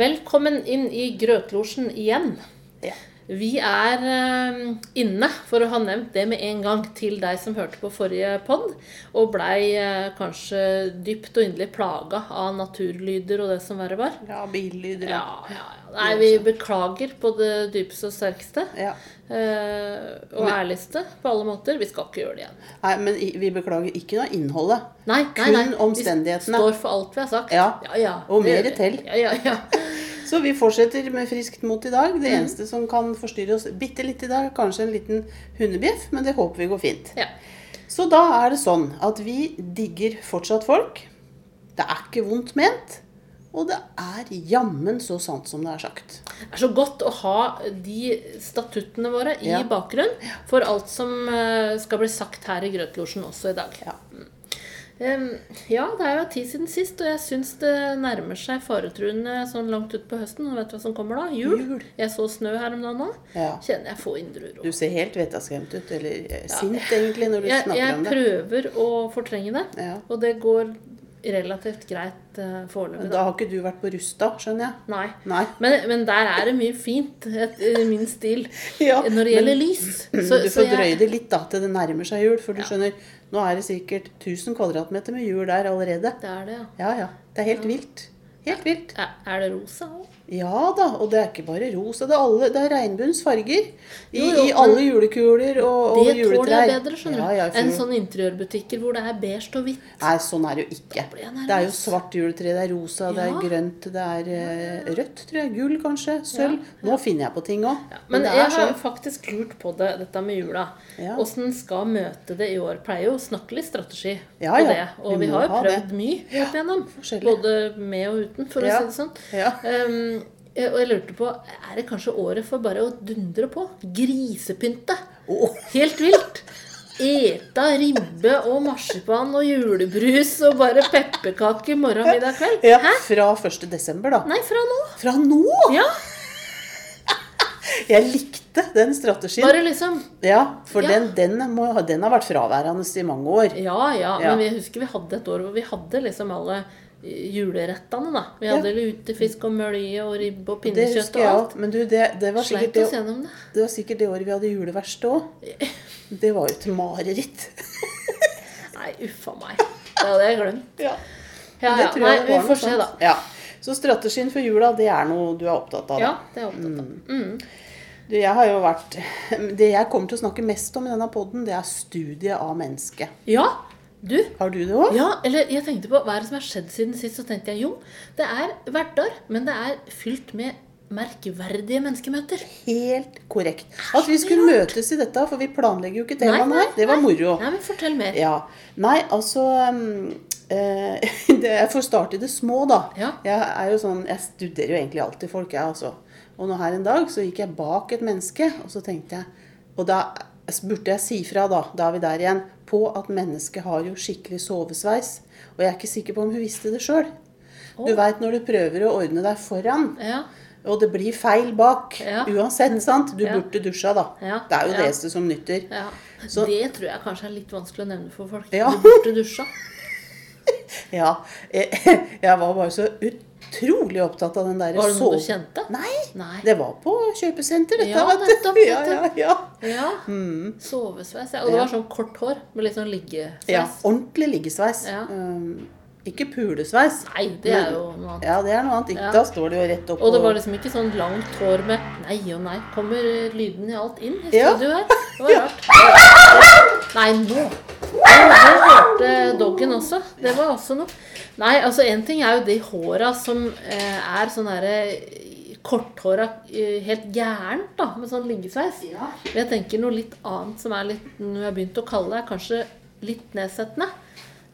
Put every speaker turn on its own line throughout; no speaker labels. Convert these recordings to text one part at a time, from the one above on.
Velkommen inn i Grøtlosjen igjen.
Ja.
Vi er eh, inne, for å ha nevnt det med en gang til deg som hørte på forrige pod, og blei eh, kanskje dypt og inderlig plaga av naturlyder og det som verre var.
Ja, billyder.
Ja, ja, ja. Nei, vi beklager på det dypeste og sterkeste.
Ja.
eh, og ærligste på alle måter. Vi skal ikke gjøre det igjen.
Nei, men i- vi beklager ikke noe av innholdet.
Nei, nei,
Kun
nei.
omstendighetene.
Vi står for alt vi har sagt.
Ja.
ja, ja.
Og
Det
mer
gjør vi.
til.
Ja, ja, ja.
Så vi fortsetter med friskt mot i dag.
Mm.
Det eneste som kan forstyrre oss bitte litt i dag, kanskje en liten hundebjeff, men det håper vi går fint.
ja.
Så da er det sånn at vi digger fortsatt folk. Det er ikke vondt ment. Og det er jammen så sant som det er sagt.
Det er så godt å ha de statuttene våre i
Ja.
bakgrunnen for alt som eh, skal bli sagt her i Grøtlosjen også i dag. Mm.
Ja.
Em, ja, det er jo en tid siden sist, og jeg syns det nærmer seg faretruende sånn langt utpå høsten. Og vet du hva som kommer da? Jul.
Jul.
Jeg så snø her om dagen nå.
Ja.
Kjenner jeg får indre uro.
Du ser helt vettaskremt ut, eller eh, sint egentlig, når du
Jeg,
snakker
jeg
om det.
prøver å fortrenge det,
Ja.
og det går relativt greit uh, foreløpig.
Da har ikke du vært på Rusta, skjønner jeg.
Nei.
Nei.
Men, men der er det mye fint, et- i min stil.
Ja,
Når det gjelder lys. så-
Mm. du
så
får
jeg-
drøye det litt da, til det nærmer seg jul. For du skjønner, nå er det sikkert 1000 kvadratmeter med jul der allerede.
Det er det, ja.
Ja, ja. Det er helt vilt. Helt vilt.
Er- Er det rosa òg?
Ja da, og det er ikke bare rosa. Det er, alle, det er regnbuens farger. I,
Jo, jo,
i alle julekuler og, og
Det tåler jeg
juletrær.
bedre, skjønner du. sånn-
Ja, ja,
enn
for-
sånne interiørbutikker hvor det er beige og hvitt.
Nei, sånn er det jo ikke.
blir jeg nervøs.
Det er jo svart juletre, det er rosa, det
Ja.
er grønt, det er eh, rødt, tror jeg. Gull, kanskje. Sølv. Nå finner jeg på ting òg.
Men
det
jeg
er
har
sånn.
faktisk lurt på det, dette med jula.
Ja.
Åssen en skal møte det i år. Pleier jo å snakke litt strategi
Ja,
på
ja.
det. Og
Vi
vi
må
har jo
ha
prøvd
det.
mye opp igjennom.
forskjellig.
Både med og uten, for
Ja.
å si det sånn.
Ja.
Ehm, jeg- og jeg lurte på, er det kanskje året for bare å dundre på? Grisepynte.
Åh.
Helt vilt. Eta ribbe og marsipan og julebrus og bare pepperkake i morgen, middag, kveld.
Ja,
Hæ?
fra 1. desember, da.
Nei, fra nå.
Fra nå!
Ja,
Jeg likte den strategien.
bare liksom
Ja, for
Ja.
Den, den, må, den har vært fraværende i mange år.
Ja, ja.
Ja.
Men vi husker vi hadde et år hvor vi hadde liksom alle eh, julerettene, da. Vi
Ja.
hadde lutefisk og mølje og ribbe og
Det
pinnekjøtt
husker
og
jeg
alt.
òg. Men du, det, det, var sikkert
Sleit oss
det,
gjennom det.
det var sikkert det året vi hadde juleverksted òg. Det var jo et mareritt.
Nei, uffa meg. Det hadde jeg glemt.
Ja,
Ja, ja. Nei, vi får se, da.
Ja. Så strategien for jula, det er noe du er opptatt av? da?
Ja, det er jeg opptatt
Mm.
av.
Du, jeg har jo vært Det jeg kommer til å snakke mest om i denne poden, det er studiet av mennesket.
Ja, du.
Har du det òg?
Ja, eller jeg tenkte på hva er det som har skjedd siden sist, så tenkte jeg jo, det er hverdag, men det er fylt med merkverdige menneskemøter.
Helt korrekt. At vi skulle møtes i dette, for vi planlegger jo ikke temaene her. Det var moro.
Nei, men fortell mer.
Ja. Nei, altså um, eh, det, Jeg får starte i det små, da.
Ja.
Jeg er jo sånn Jeg studerer jo egentlig alltid folk, jeg, altså. Og nå her en dag så gikk jeg bak et menneske, og så tenkte jeg Og da burde jeg si fra, da. Da er vi der igjen. På at mennesket har jo skikkelig sovesveis. Og jeg er ikke sikker på om hun visste det sjøl. Du veit når du prøver å ordne deg foran.
Ja.
Og det blir feil bak.
Ja.
Uansett, sant? Du
Ja.
burde dusja, da.
Ja.
Det er jo
Ja.
det eneste som nytter.
Ja,
Så-
Det tror jeg kanskje er litt vanskelig å nevne for folk.
Ja.
Du burde dusja.
Ja. Jeg, jeg var bare så utrolig opptatt av den der
Var det noe du
sove-
kjente?
Nei.
Nei.
Det var på kjøpesenter, dette.
Ja,
vet du.
nettopp, nettopp.
Ja, ja, ja.
Ja. Sovesveis. Ja. Og det
Mm. Ja.
var sånn kort hår med litt sånn
ja.
liggesveis.
Ordentlig liggesveis.
Ja.
Um, ikke pulesveis.
Nei, det er jo noe annet.
Ja, det er noe annet. Ikke,
Ja.
Da står det jo rett opp
Og det
på-
var liksom ikke sånn langt hår med nei og nei. Kommer eh, lyden i alt inn i
Ja.
studio her? Det var rart. Nei, nå! Nå hørte doggen også. Det var også noe. Nei, altså en ting er jo de håra som eh, er sånn derre korthåra eh, helt gærent, da, med sånn liggesveis.
Ja.
Men jeg tenker noe litt annet som er litt noe jeg har begynt å kalle det, er kanskje litt nedsettende.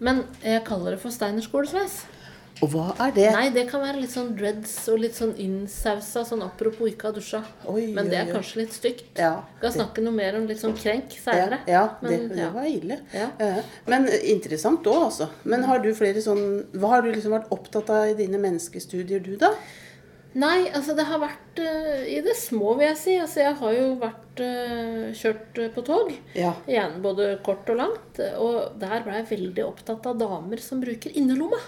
Men jeg kaller det for steinerskolesveis.
Og hva er det?
liksom- Nei, det kan være litt sånn dreads og litt sånn innsausa, sånn apropos ikke ha dusja.
Oi,
Men det
oi,
er
oi.
kanskje litt stygt.
Ja,
Vi kan snakke noe mer om litt sånn krenk
Ja,
seinere.
ja, det,
Men,
det
ja.
var ille.
Ja.
Eh, Men interessant òg, altså. Men har du flere sånn Hva har du liksom vært opptatt av i dine menneskestudier, du, da?
Nei, altså det har vært eh, i det små, vil jeg si. Altså jeg har jo vært eh, kjørt eh, på tog.
Ja.
Igjen både kort og langt. Og der ble jeg veldig opptatt av damer som bruker innerlomma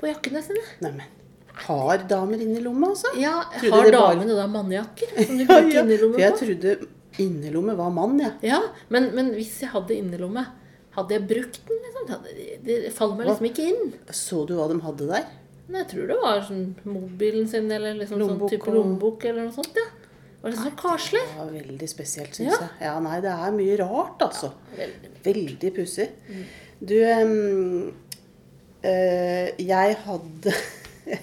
på jakkene sine.
Neimen, Har damer inni lomma, altså?
Ja,
Trodde
har
det bare-
damene da mannjakker som de
Ja,
bruker
ja. For
innerlomme
jeg
på?
trodde innerlomme var mann, jeg.
Ja, men, men hvis jeg hadde innerlomme, hadde jeg brukt den? liksom? Det hadde- Det faller meg liksom ikke inn.
Så du hva de hadde der?
Men jeg tror det var sånn mobilen sin eller liksom
Lommebok
sånn type
og-
lommebok eller noe sånt. ja. Det var liksom sånn karslig.
Det var veldig spesielt, syns
Ja.
jeg. Ja, nei, det er mye rart, altså.
Veldig.
Veldig pussig. Du em, eh, Jeg hadde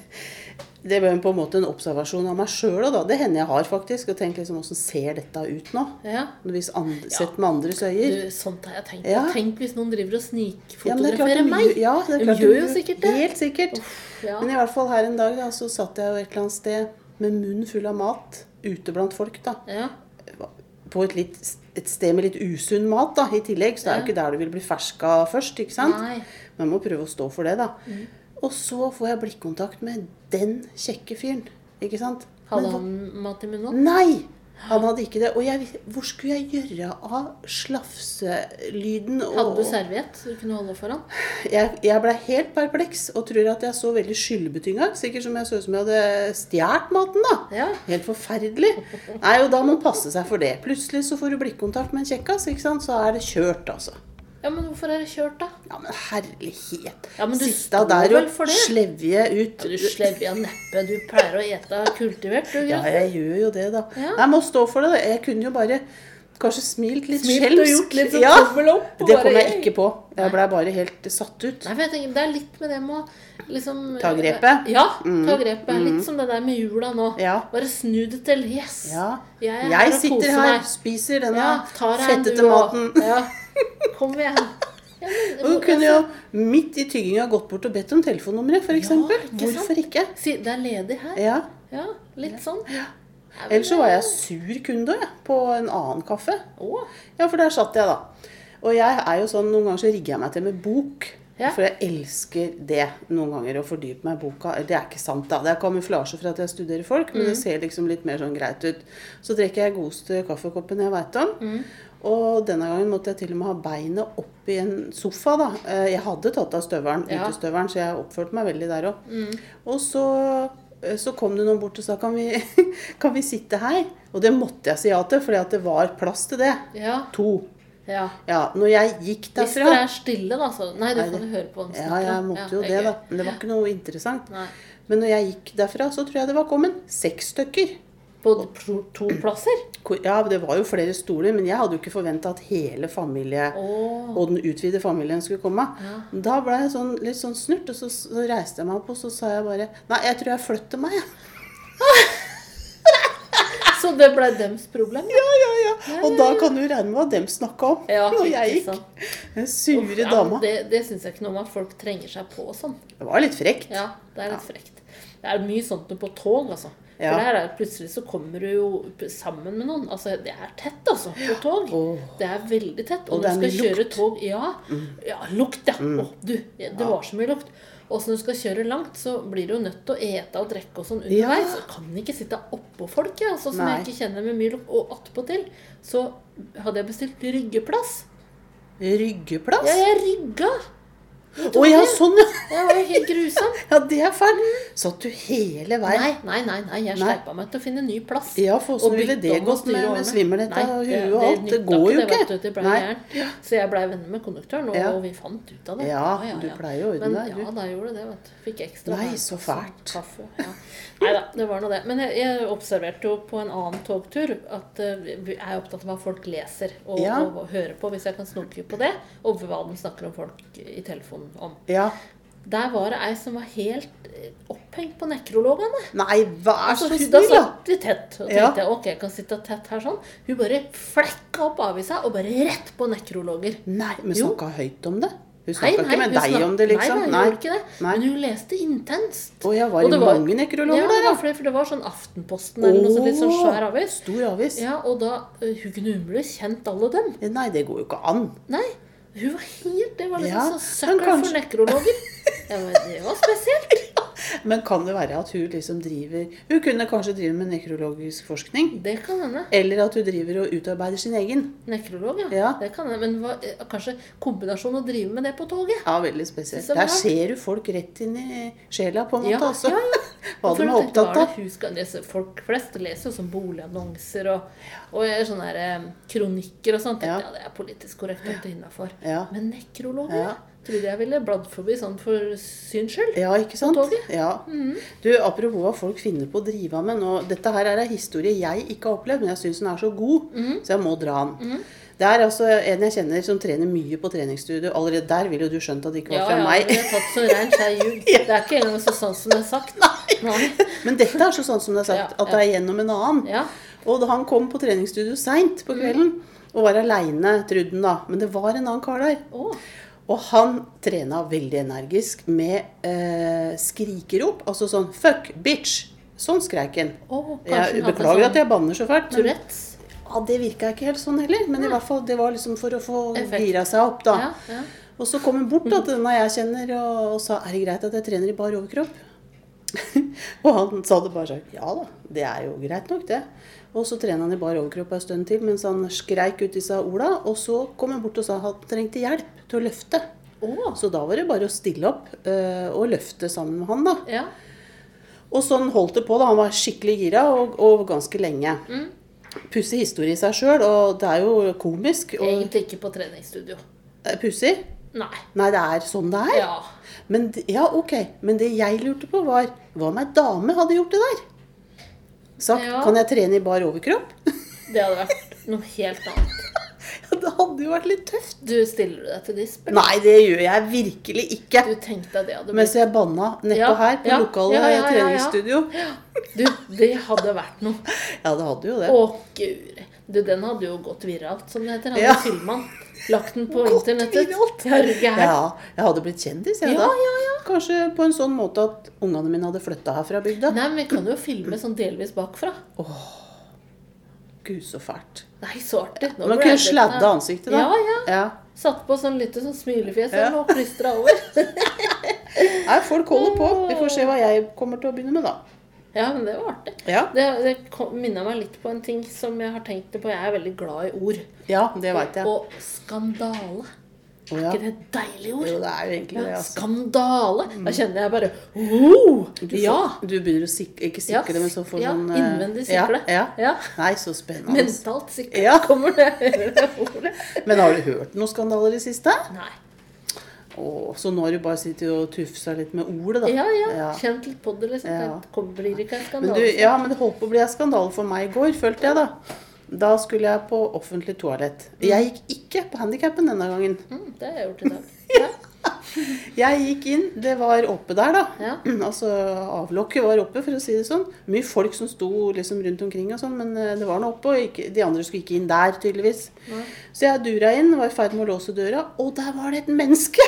Det var jo på en måte en observasjon av meg sjøl, og da. Det hender jeg har, faktisk. Og tenkt liksom åssen ser dette ut nå?
Ja.
Hvis and, Sett med andres øyne.
Du, sånt har jeg tenkt.
Ja.
Tenk hvis noen driver og
Ja, men det er klart
snikfotograferer
de
meg.
gjør- Ja, det er
De
klart
gjør jo sikkert det.
Helt sikkert.
ja.
Men i hvert fall her en dag da, så satt jeg jo et eller annet sted med munnen full av mat ute blant folk. da.
Ja.
På et, litt, et sted med litt usunn mat da, i tillegg, så det er jo ikke der du vil bli ferska først. ikke sant?
Nei. Mm.
Man må prøve å stå for det, da. Og så får jeg blikkontakt med den kjekke fyren. ikke sant?
Hadde
Men hva-
han mat i munnen?
Nei! Han hadde ikke det. Og jeg, vis- hvor skulle jeg gjøre av slafselyden? og-
Hadde du serviett så du kunne holde foran?
jeg, jeg ble helt perpleks og tror at jeg så veldig skyldbetynga ut. Sikkert som jeg så ut som jeg hadde stjålet maten, da.
Ja.
Helt forferdelig. Nei, og da må man passe seg for det. Plutselig så får du blikkontakt med en kjekkas, ikke sant. Så er det kjørt, altså.
ja, men hvorfor er det kjørt, da?
Ja, men herlighet.
Ja, men du
Sitte
står
der
vel
og
for det?
slevje ut.
Du slevja neppe. Du pleier å ete kultivert, du.
Ja,
Grøt.
jeg gjør jo det, da.
Ja.
Jeg må stå for det. da. Jeg kunne jo bare kanskje smilt litt
Smilt og
skjelmsk.
gjort litt sånn
ja.
tommel opp, og
Det
bare,
kom jeg
«Hey!»
ikke på. Jeg blei bare helt satt ut.
Nei, for jeg tenker, Det er litt med det med å liksom
Ta grepet? Mm.
Ja. ta grepet. er Litt som det der med jula nå.
Ja.
Bare snu det til. Yes!
Ja.
Jeg, er
Jeg
og
sitter
koser
her,
meg.
spiser denne
Ja, tar deg en, du
fettete maten.
også. Ja. Kom igjen. Ja, men-
Og Hun kunne jo midt i tygginga gått bort og bedt om telefonnummeret,
ikke
f.eks.
sant?
Hvorfor ikke?
Si, Det er ledig her.
Ja.
Ja, litt sånn. Ja,
Ellers så var jeg sur kunde også, jeg, på en annen kaffe.
Å,
Ja, for der satt jeg, da. Og jeg er jo sånn, noen ganger så rigger jeg meg til med bok.
Ja.
For jeg elsker det noen ganger, å fordype meg i boka. Eller, Det er ikke sant, da. Det er kamuflasje for at jeg studerer folk, men
Mm.
det ser liksom litt mer sånn greit ut. Så drikker jeg godeste kaffekoppen jeg veit om.
Mm.
Og denne gangen måtte jeg til og med ha beinet oppi en sofa, da. Eh, Jeg hadde tatt av støvelen,
Ja. Mm.
utestøvelen, så jeg oppførte meg veldig der òg. Og så, eh, så kom det noen bort og sa kan vi, kan vi sitte her? Og det måtte jeg si ja til, fordi at det var plass til det.
ja,
To.
ja.
Ja, når jeg gikk
Hvis dere
derfra
er stille, da, så Nei, du
Nei,
kan
det-
jo høre på den
Ja, jeg måtte jo det, da. Men det var ikke noe interessant.
Nei.
Men når jeg gikk derfra, så tror jeg det var kommet seks stykker.
På to, to plasser?
Hvor- Ja, det var jo flere stoler, men jeg hadde jo ikke forventa at hele familie
Å.
og den utvidede familien skulle komme.
Ja.
Da ble jeg sånn, litt sånn snurt, og så, så reiste jeg meg opp og så sa jeg bare Nei, jeg tror jeg flytter meg, jeg.
Så det ble dems problem?
Ja, ja, ja. Og da kan du regne med hva dem snakka om
Ja,
når jeg
ikke
gikk.
sant.
Den
Uff,
sure
ja, men
dama.
Det, det syns jeg ikke noe om at folk trenger seg på og sånn.
Det var litt frekt.
Ja, det er litt frekt. Det er mye sånt noe på tog, altså.
Ja.
For der er det plutselig så kommer du jo p- sammen med noen. Altså, det er tett, altså, på tog.
Åh.
Det er veldig tett.
Og
Og,
det
når
er
du skal
mye Mm.
kjøre tog Ja, ja lukt, ja. Å, du, det var så mye lukt. Og så når du skal kjøre langt, så blir du jo nødt til å ete og drikke og sånn underveis.
Ja.
Og kan ikke sitte oppå folk, jeg, altså, som
Nei.
jeg ikke kjenner med mye lukt. Og attpåtil så hadde jeg bestilt ryggeplass.
Ryggeplass.
Ja, jeg rygga!
Å ja, sånn, ja.
Det var jo helt grusomt.
Ja, det er fælt. Satt du hele veien?
Mm. Nei, nei, nei, nei jeg
Nei.
sleipa meg til å finne ny plass.
Ja, for åssen
Og
ville
bytte
det
om og
gått
styre
med,
årene.
med svimmelhet
Nei,
og
det-
huet og alt? Det
nytta
går jo
vet
ikke.
du, det ble
Nei.
gæren. Så jeg blei venner med konduktøren, og,
Ja.
og vi fant ut av det.
Ja, du pleier å ordne
Men,
deg, du.
Ja, da gjorde det, vet du. Fikk ekstra
Nei,
kaffe,
så fælt.
Kaffe, ja. Nei da, det var nå det. Men jeg, jeg observerte jo på en annen togtur at eh, vi- jeg er opptatt av hva folk leser og,
Ja.
og, hører på, hvis jeg kan snoke på det, og hva de snakker om folk i telefonen om.
Ja.
Der var det ei som var helt eh, opphengt på nekrologene.
Nei, vær
Altså,
så
hun- da
snill, da.
satt vi tett og
Ja.
tenkte ok, jeg kan sitte tett her sånn. Hun bare flekka opp avisa og bare rett på nekrologer.
Nei, men
Jo.
snakka høyt om det? Hun
Nei,
snakka
nei,
ikke med
hun
deg
snak-
om det, liksom?
Nei, nei, hun gjorde ikke det.
Nei.
Men hun leste intenst.
Å ja, var
Og
det mange nekrologer
ja, ja?
der, ja?
For det var sånn Aftenposten eller noe sånt, litt sånn
Åh,
svær avis.
Stor avis.
Ja, og da, eh, Hun kunne umulig kjent alle dem.
Nei, det går jo ikke an.
Nei, hun var helt Det var liksom
Ja,
sånn
men
søkkel
kanskje-
for nekrologer. Ja, men det var spesielt.
Men kan det være at hun liksom driver Hun kunne kanskje drive med nekrologisk forskning?
Det kan hende.
Eller at hun driver og utarbeider sin egen?
Nekrolog, ja.
Ja.
Det kan hende. Men hva, eh, kanskje kombinasjon å drive med det på toget?
Ja, veldig spesielt.
Synes det var
Der ser du folk rett inn i sjela, på en måte.
Ja,
altså.
ja, For
Hva de
jeg
er
tenkte, hva
opptatt
er
av.
det hun skal lese? Folk flest leser jo sånn boligannonser og, og eh, sånne her, eh, kronikker og sånt.
Ja.
Ja. ja, det er politisk korrekt at det er innafor.
Ja.
Men nekrologer?
Ja.
Trodde jeg ville bladd forbi sånn for syns skyld.
Ja, ikke sant?
toget.
Ja. Du, Apropos hva folk finner på å drive av med nå. Dette her er en historie jeg ikke har opplevd, men jeg syns den er så god,
Mhm.
så jeg må dra den. Det er altså en jeg kjenner som trener mye på treningsstudio. Allerede der ville jo du skjønt at det ikke var
Ja,
fra
ja,
meg.
vi har tatt så rein skei jul. Det er ikke engang så sant som det er sagt. Nei.
Men dette er så sånn som det er sagt,
Ja,
at det er gjennom en annen.
Ja. Mhm.
Og da han kom på treningsstudio seint på kvelden, og var aleine, trodde han da, men det var en annen kar der.
Å,
Og han trena veldig energisk med eh, skrikerop, altså sånn 'fuck, bitch'. Sånn skreik han.
å,
Jeg beklager
sånn
at jeg banner så fælt. men-
Tourettes.
Ja, det virka ikke helt sånn heller, men i hvert fall, det var liksom for å få
Effekt.
gira seg opp, da.
Ja, Mm. ja.
Og så kom hun bort da, til denne jeg kjenner og, og sa er det greit at jeg trener i bar overkropp. og han sa det bare sånn ja da, det er jo greit nok, det. Og så trena han i bar overkropp en stund til mens han skreik ut disse orda. Og så kom hun bort og sa at han trengte hjelp til å løfte.
Å,
Så da var det bare å stille opp eh, og løfte sammen med han, da.
ja.
Og sånn holdt det på. da, Han var skikkelig gira, og, og ganske lenge.
Mm.
Pussig historie i seg sjøl, og det er jo komisk. Og
Egentlig ikke på treningsstudio.
Eh, pussig?
Nei.
Nei, det er sånn det er.
Ja.
Men, d- ja, ok. Men det jeg lurte på, var hva om ei dame hadde gjort det der? Sagt
Ja.
'kan jeg trene i bar overkropp'?
Det hadde vært noe helt annet.
Ja, det hadde jo vært litt tøft.
Du stiller du deg til disp? eller?
Nei, det gjør jeg virkelig ikke.
Du tenkte at det hadde
Mens
blitt
jeg banna nedpå
Ja,
her på
ja,
lokale
ja, ja, ja, ja.
treningsstudio.
Du, det hadde vært noe.
Ja, det hadde jo det.
Å, guri. Du, den hadde jo gått viralt, som det heter. Han
Ja.
hadde filma den. Lagt den på
Gått
internettet.
viralt.
Ja, er du gæren?
Ja, jeg hadde blitt kjendis, jeg
Ja,
da. Kanskje på en sånn måte at ungene mine hadde flytta her fra bygda.
Nei, men vi kan jo filme sånn delvis bakfra.
Gud, så fælt.
Nei, så artig. Nå
Man
ble
kunne
jeg litt-
sladde ansiktet, da.
Ja, ja.
ja.
Satt på sånn lite sånn smilefjes
Ja.
og plystra over.
Nei, folk holder på. Vi får se hva jeg kommer til å begynne med, da.
Ja, men det var artig.
Ja,
Det, det kom- minnet meg litt på en ting som jeg har tenkt på. Jeg er veldig glad i ord.
ja det veit jeg.
Og skandale.
Å, ja.
Er ikke det et deilig ord?
Jo, det er jo egentlig det. Altså.
Skandale! Da kjenner jeg bare oh,
Du, får,
Ja!
du begynner å sikle Ikke
Ja,
sikle, men så får
ja,
sånn eh,
innvendig sikle.
Ja, ja.
Ja.
Nei, så spennende. Men,
Mentalt sikkert
Ja.
kommer det hører det ordet.
har du hørt noen skandaler i det siste?
Nei.
Å, så nå har du bare sittet og tufsa litt med ordet, da.
Ja, ja.
Ja.
Kjent litt på det, liksom.
Ja.
Det kommer- blir ikke en
Men
skandale.
du, ja, men det holdt på å bli en skandale for meg i går, følte jeg da. Da skulle jeg på offentlig toalett. Jeg gikk ikke på handikappen denne gangen.
Mm, det har jeg gjort i dag. Ja.
Jeg gikk inn, det var oppe der da.
Ja.
Altså avlokket var oppe, for å si det sånn. Mye folk som sto liksom rundt omkring og sånn, men eh, det var noe oppe, og ikke, de andre skulle ikke inn der tydeligvis.
Nei.
Så jeg dura inn, var i ferd med å låse døra, og der var det et menneske.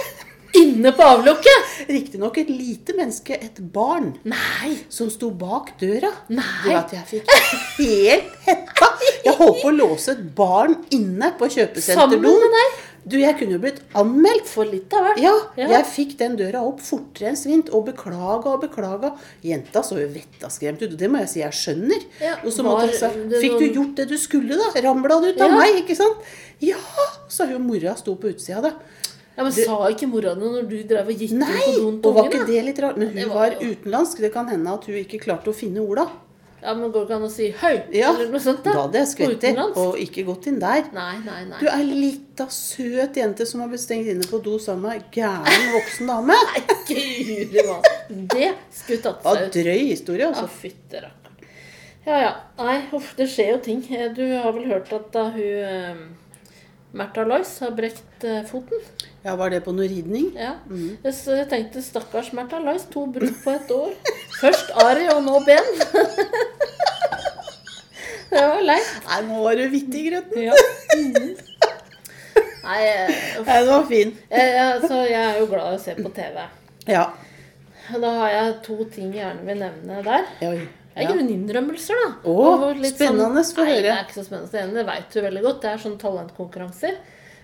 Inne på avlukket!
Riktignok et lite menneske, et barn,
Nei!
som sto bak døra. Du
Nei!
vet, jeg fikk helt hetta. Jeg holdt på å låse et barn inne
Sammen
på
med
kjøpesenterdoen.
deg!
Du, jeg kunne jo blitt anmeldt.
For litt av hvert.
Ja,
Ja.
jeg fikk den døra opp fortere enn svint, og beklaga og beklaga. Jenta så jo vettaskremt ut, og det må jeg si jeg skjønner.
Ja,
og så
var
måtte jeg si
det
Fikk du
noen-
gjort det du skulle, da? Ramla det ut av
Ja.
meg, ikke sant? Ja, sa hun mora sto på utsida, da.
Ja, men Sa ikke mora di når du drev og gikk inn
Nei!
på doen
Og
til
var
ungen?
ikke
da?
det litt rart? Men
Det
hun
var
var
jo-
utenlandsk, det kan hende at hun ikke klarte å finne orda.
Ja, men Går det ikke an å si 'høy'
Ja,
eller noe sånt?
Da hadde jeg skvett i,
Utenlandsk.
og ikke gått inn der.
Nei, nei, nei.
Du er lita, søt jente som har blitt stengt inne på do sammen med ei gæren voksen dame.
Nei, guri malla. Det skulle tatt
Ja,
seg ut.
drøy historie,
Ja,
altså.
fytte rakkeren. Ja, ja. Nei, uff, det skjer jo ting. Eh, Du har vel hørt at da hun eh, Märtha Loice har brekt eh, foten?
Ja, var det på noe ridning?
Ja. Jeg s- Jeg tenkte stakkars Märtha Loice, to brudd på et år. Først arr og nå ben. Det var leit.
Nei, nå var du vittig, Grøten.
Ja. Nei, eh, uff.
Nei, det var fin.
Jeg, jeg, så jeg er jo glad i å se på TV.
Ja.
Da har jeg to ting jeg gjerne vil nevne der.
Oi.
Det er
Ja.
grunninnrømmelser, da.
Å,
Og litt
spennende,
sånn,
få
Nei,
høre.
det er ikke så spennende. Det vet du veldig godt. Det er sånn talentkonkurranser.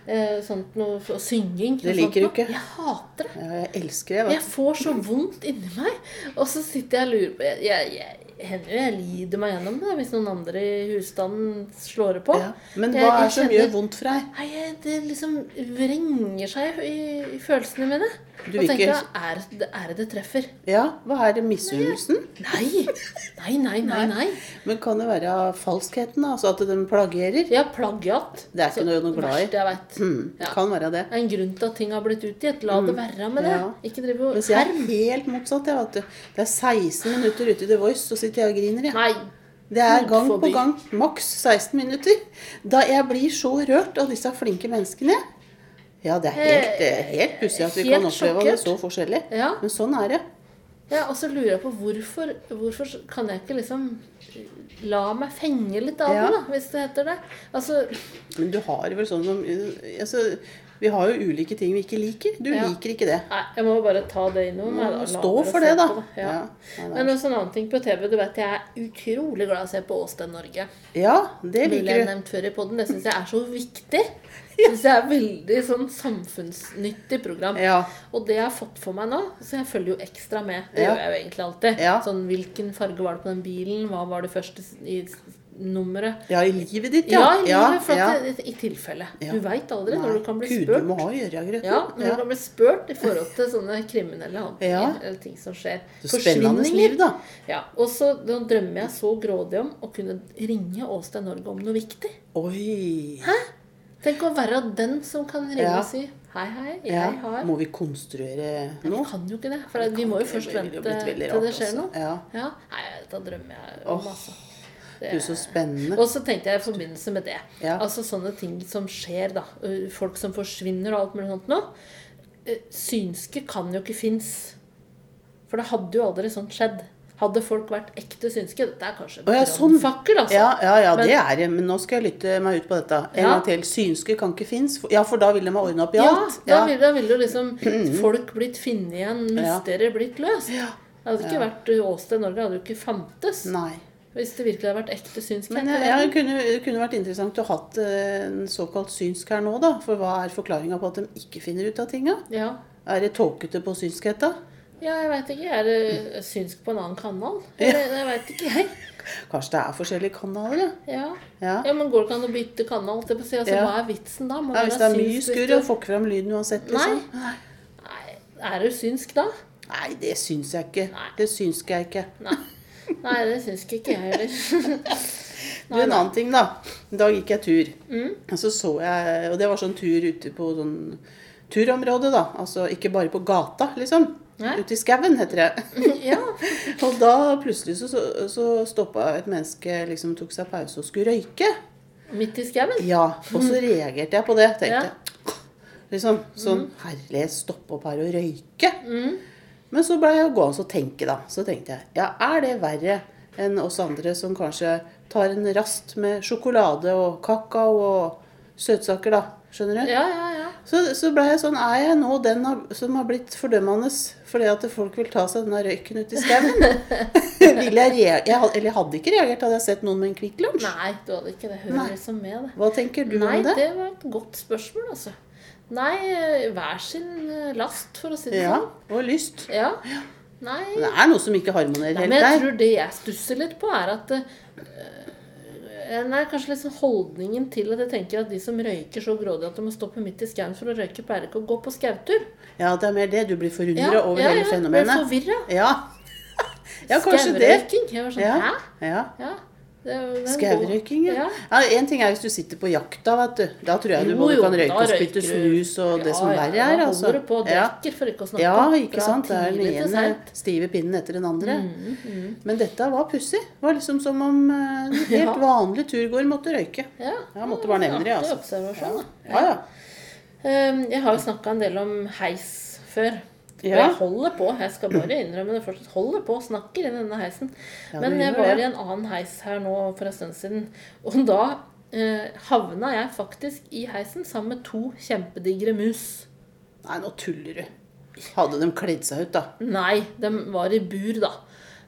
eh, sånt noe, og synging.
Det
og
liker
sånt
du
noe.
ikke.
Jeg hater det.
Ja, Jeg elsker det.
Jeg får så vondt inni meg. Og så sitter jeg og lurer på Jeg, jeg, jeg, hender jo jeg lider meg gjennom det hvis noen andre i husstanden slår det på.
Da. Ja. Men
Jeg-
hva
jeg
er det som
kjenner-
gjør vondt for deg?
Nei, jeg- Det liksom vrenger seg i, i følelsene mine.
Du
og
vil
tenker
ikke-
jeg, er, det- er det det treffer?
Ja, hva er det misunnelsen?
Nei! Nei, nei, nei. nei.
Men kan det være falskheten, da? altså at den plagierer?
Ja, plagiat.
Det er ikke
Så-
noe noe glad i.
verste jeg vet.
Mm,
Ja.
Kan være det.
Det er en grunn til at ting har blitt utgitt. La det være med det.
Mm. Ja.
Ikke drive og
Mens jeg er helt motsatt. Jeg, vet du. Det er 16 minutter ute i The Voice, så sitter jeg og griner. Jeg.
Nei.
Det er gang
forbi.
på gang. Maks 16 minutter. Da jeg blir så rørt av disse flinke menneskene. Ja, det er helt, eh, helt pussig at vi
Helt
kan oppleve det
sjokkert.
så forskjellig.
Ja.
Men sånn er det.
ja, og så lurer jeg på hvorfor, hvorfor kan jeg ikke liksom la meg fenge litt av
Ja.
det, da, hvis det heter det. Altså,
Men du har vel sånn som eh, altså, Vi har jo ulike ting vi ikke liker. Du
Ja.
liker ikke det.
nei, jeg må bare ta det innover meg. da. La
Mm, Stå
meg
for
se
det, da.
på Ja.
Ja, ja, det er-
Men også en annen ting på TV. Du vet, jeg er utrolig glad i å se på Åsted Norge.
ja
Mulig
det
jeg
liker
har
du.
nevnt før i podden. Det syns jeg er så viktig. Synes jeg er veldig sånn samfunnsnyttig program.
Ja.
Og det jeg har fått for meg nå, så jeg følger jo ekstra med. Det
Ja.
gjør jeg jo egentlig alltid.
Ja.
Sånn, Hvilken farge var det på den bilen? Hva var det første s- i s- nummeret?
ja, i livet ditt,
Ja,
ja.
i livet, for at det- I tilfelle.
Ja.
Du veit aldri
Nei,
når du kan bli
Gud,
spurt.
Du må ha å gjøre, Grete.
Ja, når du kan bli spurt i forhold til sånne kriminelle handlinger
Ja.
eller ting som skjer.
Så Spennende
Forsvinninger.
liv, da.
Ja, og så nå drømmer jeg så grådig om å kunne ringe Åsted Norge om noe viktig.
Oi.
Tenk å være den som kan ringe
Ja.
og si hei, hei, jeg
Ja.
har
Må vi konstruere
Vi
noe?
kan jo ikke det, for vi må jo først
Det ville
vente
jo blitt veldig
til det
rart,
skjer
altså.
noe.
Ja.
Ja, Nei, da drømmer jeg
Åh,
om altså. Det-
Du, så spennende.
Og så tenkte jeg i forbindelse med det
Ja.
Altså sånne ting som skjer, da. øh, Folk som forsvinner og alt mulig sånt nå. øh, Synske kan jo ikke fins. For det hadde jo aldri sånt skjedd. Hadde folk vært ekte synske Dette er kanskje
Å ja, sånn.
brannfakkel, altså.
Ja, ja, ja,
Men-
det er det. Men nå skal jeg lytte meg ut på dette. En
Ja.
gang til. Synske kan ikke fins. Ja, for da ville de ha ordna opp i
Ja,
alt.
da
Ja. Mm.
ville da ville jo liksom folk blitt funnet igjen, mysterier blitt løst. Det hadde ikke vært Åsted Norge, hadde jo ikke fantes.
Nei.
Hvis det virkelig hadde vært ekte synskhet.
Men
i
jeg,
verden.
jeg kunne, det kunne vært interessant å ha hatt eh, en såkalt synsk her nå, da. For hva er forklaringa på at de ikke finner ut av tinga?
ja.
Er det tåkete på synskhet, da?
ja, jeg veit ikke. Er det synsk på en annen kanal? Eller, Jeg veit ikke, jeg.
Kanskje det er forskjellige kanaler,
Ja.
ja.
ja, men går det ikke an å bytte kanal? holdt jeg på å si? Altså,
Ja.
Hva er vitsen da? Må
Ja,
være
hvis det er mye
synsk hvis
skurr
du-
og får ikke fram lyden uansett, liksom. Nei.
Nei, Er du synsk da?
Nei, det syns jeg ikke.
Nei.
Det synsk jeg ikke.
Nei. Nei, det synsk ikke jeg heller.
Du, en annen ting, da. En dag gikk jeg tur. Og så så jeg Og det var sånn tur ute på sånn turområde, da. Altså ikke bare på gata, liksom.
Nei.
Ute i skauen, heter det.
Ja.
Og da plutselig så, så, så stoppa et menneske, liksom tok seg pause og skulle røyke.
Midt i skauen?
Ja, og så reagerte jeg på det.
Ja. Mm.
Tenkte liksom sånn Herlighet, stopp opp her og røyke. Men så blei jeg gående og tenke, da. Så tenkte jeg ja, er det verre enn oss andre som kanskje tar en rast med sjokolade og kakao og søtsaker, da? Skjønner du?
Ja, ja, ja.
Så, så blei jeg sånn Er jeg nå den av- som har blitt fordømmende fordi at folk vil ta seg denne røyken ut i skauen? Vil jeg rea- jeg had- Eller jeg hadde ikke reagert, hadde jeg sett noen med en Kvikk Lunsj.
Nei, du hadde ikke det.
Nei.
Hører liksom med, det.
Hva tenker du
Nei,
om det?
det var et godt spørsmål, altså. Nei, eh, hver sin eh, last, for å si det
Ja,
sånn.
og lyst.
Ja. Nei.
Det er noe som ikke harmonerer
Nei,
helt
men jeg
der.
tror det jeg stusser litt på, er at eh, Nei, kanskje liksom holdningen til at jeg tenker at de som røyker så grådig at de må stoppe midt i skauen for å røyke, pleier ikke å gå på skautur.
Ja, det er mer det. Du blir forundra over hele
Blir
fenomenet.
forvirra.
Ja. ja, kanskje det.
Skaurøyking. Jeg var sånn
Ja.
Hæ?
ja.
Ja. det er jo- det er jo god-
Skaurøyking, ja.
Ja.
ja. En ting er hvis du sitter på jakta, vet du. Da tror jeg du
Jo,
både
jo,
kan
da
røyke og
røyker
spytte
du.
snus og det som verre
ja,
er.
da
Altså.
holder du på og
Ja.
drikker, for ikke å snakke
Ja,
om.
ikke
Fra
sant. Det er
tidlig
den
til
ene
sent.
stive pinnen etter den andre.
Mm,
Men dette var pussig. Det var liksom som om eh, en helt
Ja.
vanlig turgåer måtte røyke.
Ja,
Jeg måtte bare nevne det,
artig
altså.
observasjon, da.
Ja, ja.
Ehm, Jeg har jo snakka en del om heis før. Og
Ja.
jeg holder på jeg skal bare innrømme det fortsatt, holder på og snakker i denne heisen.
Ja,
Men
du
jeg
gjør
var
det.
i en annen heis her nå for en stund siden. Og da eh, havna jeg faktisk i heisen sammen med to kjempedigre mus.
Nei, nå tuller du. Hadde de kledd seg ut, da?
Nei, de var i bur, da.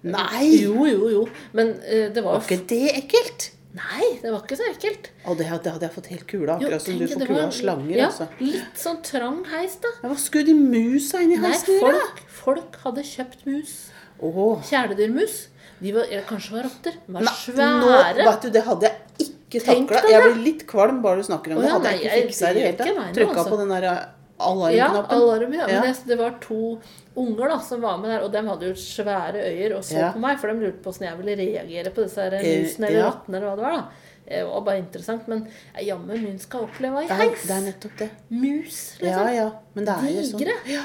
Nei!
Jo, jo, jo. Men eh, det var
Var
jo
ikke det ekkelt?
Nei, det var ikke så ekkelt.
Og det, det hadde jeg fått helt kula,
Jo,
akkurat som du
tenk,
får
det
kula
var-
av slanger.
Ja,
altså.
litt sånn trang heis, da.
Ja, Hva skulle de musa inn i
Nei,
halsen gjøre?
folk, folk hadde kjøpt mus.
Åh.
Kjæledyrmus. De var, ja, kanskje var rotter. De var
Nei, nå,
svære.
vet du, det hadde jeg ikke
Tenk
takla.
deg
Jeg
det.
blir litt kvalm bare du snakker om
Å
det.
ja,
Hadde jeg
nei,
ikke
jeg
fiksa i det
driver
hele
ikke, nei,
tatt.
nå,
Trykka
altså.
på den der eh,
Ja,
alarmknappen.
alarm, ja.
Ja.
Men det, det var to unger da, som var med der, og de hadde jo svære øyer og så
Ja.
på meg, for de lurte på hvordan jeg ville reagere på disse her
Eh,
musene eller
ja.
rottene eller hva det var. da. Eh, Det var bare interessant, men jeg jammen min skal oppleve ei
Det er,
heis.
det er nettopp det.
Mus,
Ja,
liksom.
ja. Men det er jo sånn.
Digre.
Ja.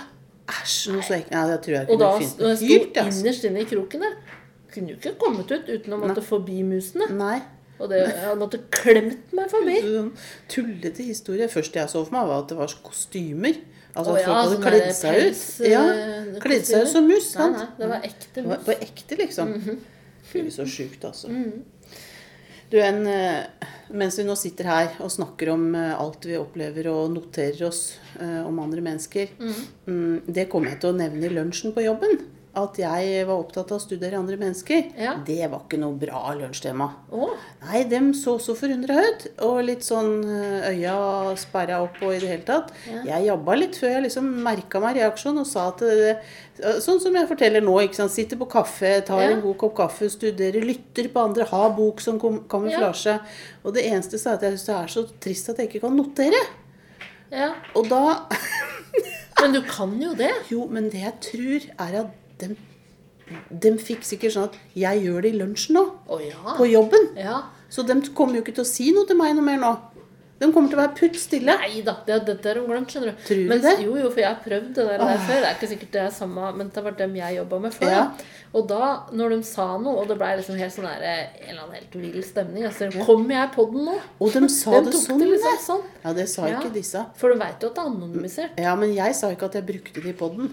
Æsj, noe så ekkelt. Nei, det tror jeg
Og da
kunne
sto
finne
jeg
hyrt,
sto
altså.
innerst inne i kroken der. Kunne jo ikke kommet ut uten å måtte forbi musene.
Nei.
Og det, jeg måtte klemt meg forbi.
Sånn tullete historie. Første jeg så for meg, var at det var kostymer. Altså
Å
at
ja,
folk hadde
sånne
kledd seg ut.
pels, eh,
Ja, kledd seg ut som mus,
Nei,
sant?
nei, Mhm. det var ekte
Det var
mus.
på ekte, liksom. Det er jo så sjukt, altså.
Mhm.
Du, en, eh, mens vi nå sitter her og snakker om eh, alt vi opplever og noterer oss eh, om andre mennesker,
Mhm.
mm, det kommer jeg til å nevne i lunsjen på jobben. At jeg var opptatt av å studere andre mennesker.
Ja.
Det var ikke noe bra lunsjtema.
Å,
Nei, dem så så forundra ut. Og litt sånn eh, øya sperra opp og i det hele tatt. Jeg jabba litt før jeg liksom merka meg reaksjonen og sa at eh, Sånn som jeg forteller nå, ikke sant. Sitter på kaffe, tar
Ja.
en god kopp kaffe, studerer, lytter på andre, har bok som kam- kamuflasje. Og det eneste sa at jeg syns det er så trist at jeg ikke kan notere.
ja.
Og da
Men du kan jo det.
Jo, men det jeg tror, er at dem, dem fikk sikkert sånn at jeg gjør det i lunsjen nå.
Å ja.
På jobben.
ja.
Så de kommer jo ikke til å si noe til meg noe mer nå. De kommer til å være putt stille.
Nei da, det, dette har de glemt, skjønner du.
Tror du
men,
det?
Jo, jo, for jeg har prøvd det der, der før. Det er ikke sikkert det er samme, men det var dem jeg jobba med før.
Ja.
da. Og da, når de sa noe, og det blei liksom helt sånn der, en eller annen helt vill stemning altså, Kommer jeg på den nå?
Og de sa
Dem
det
tok
sånn.
det
ja.
liksom sånn.
Ja, det sa
Ja.
ikke disse.
For du veit jo at det er anonymisert.
Ja, men jeg sa ikke at jeg brukte det i poden.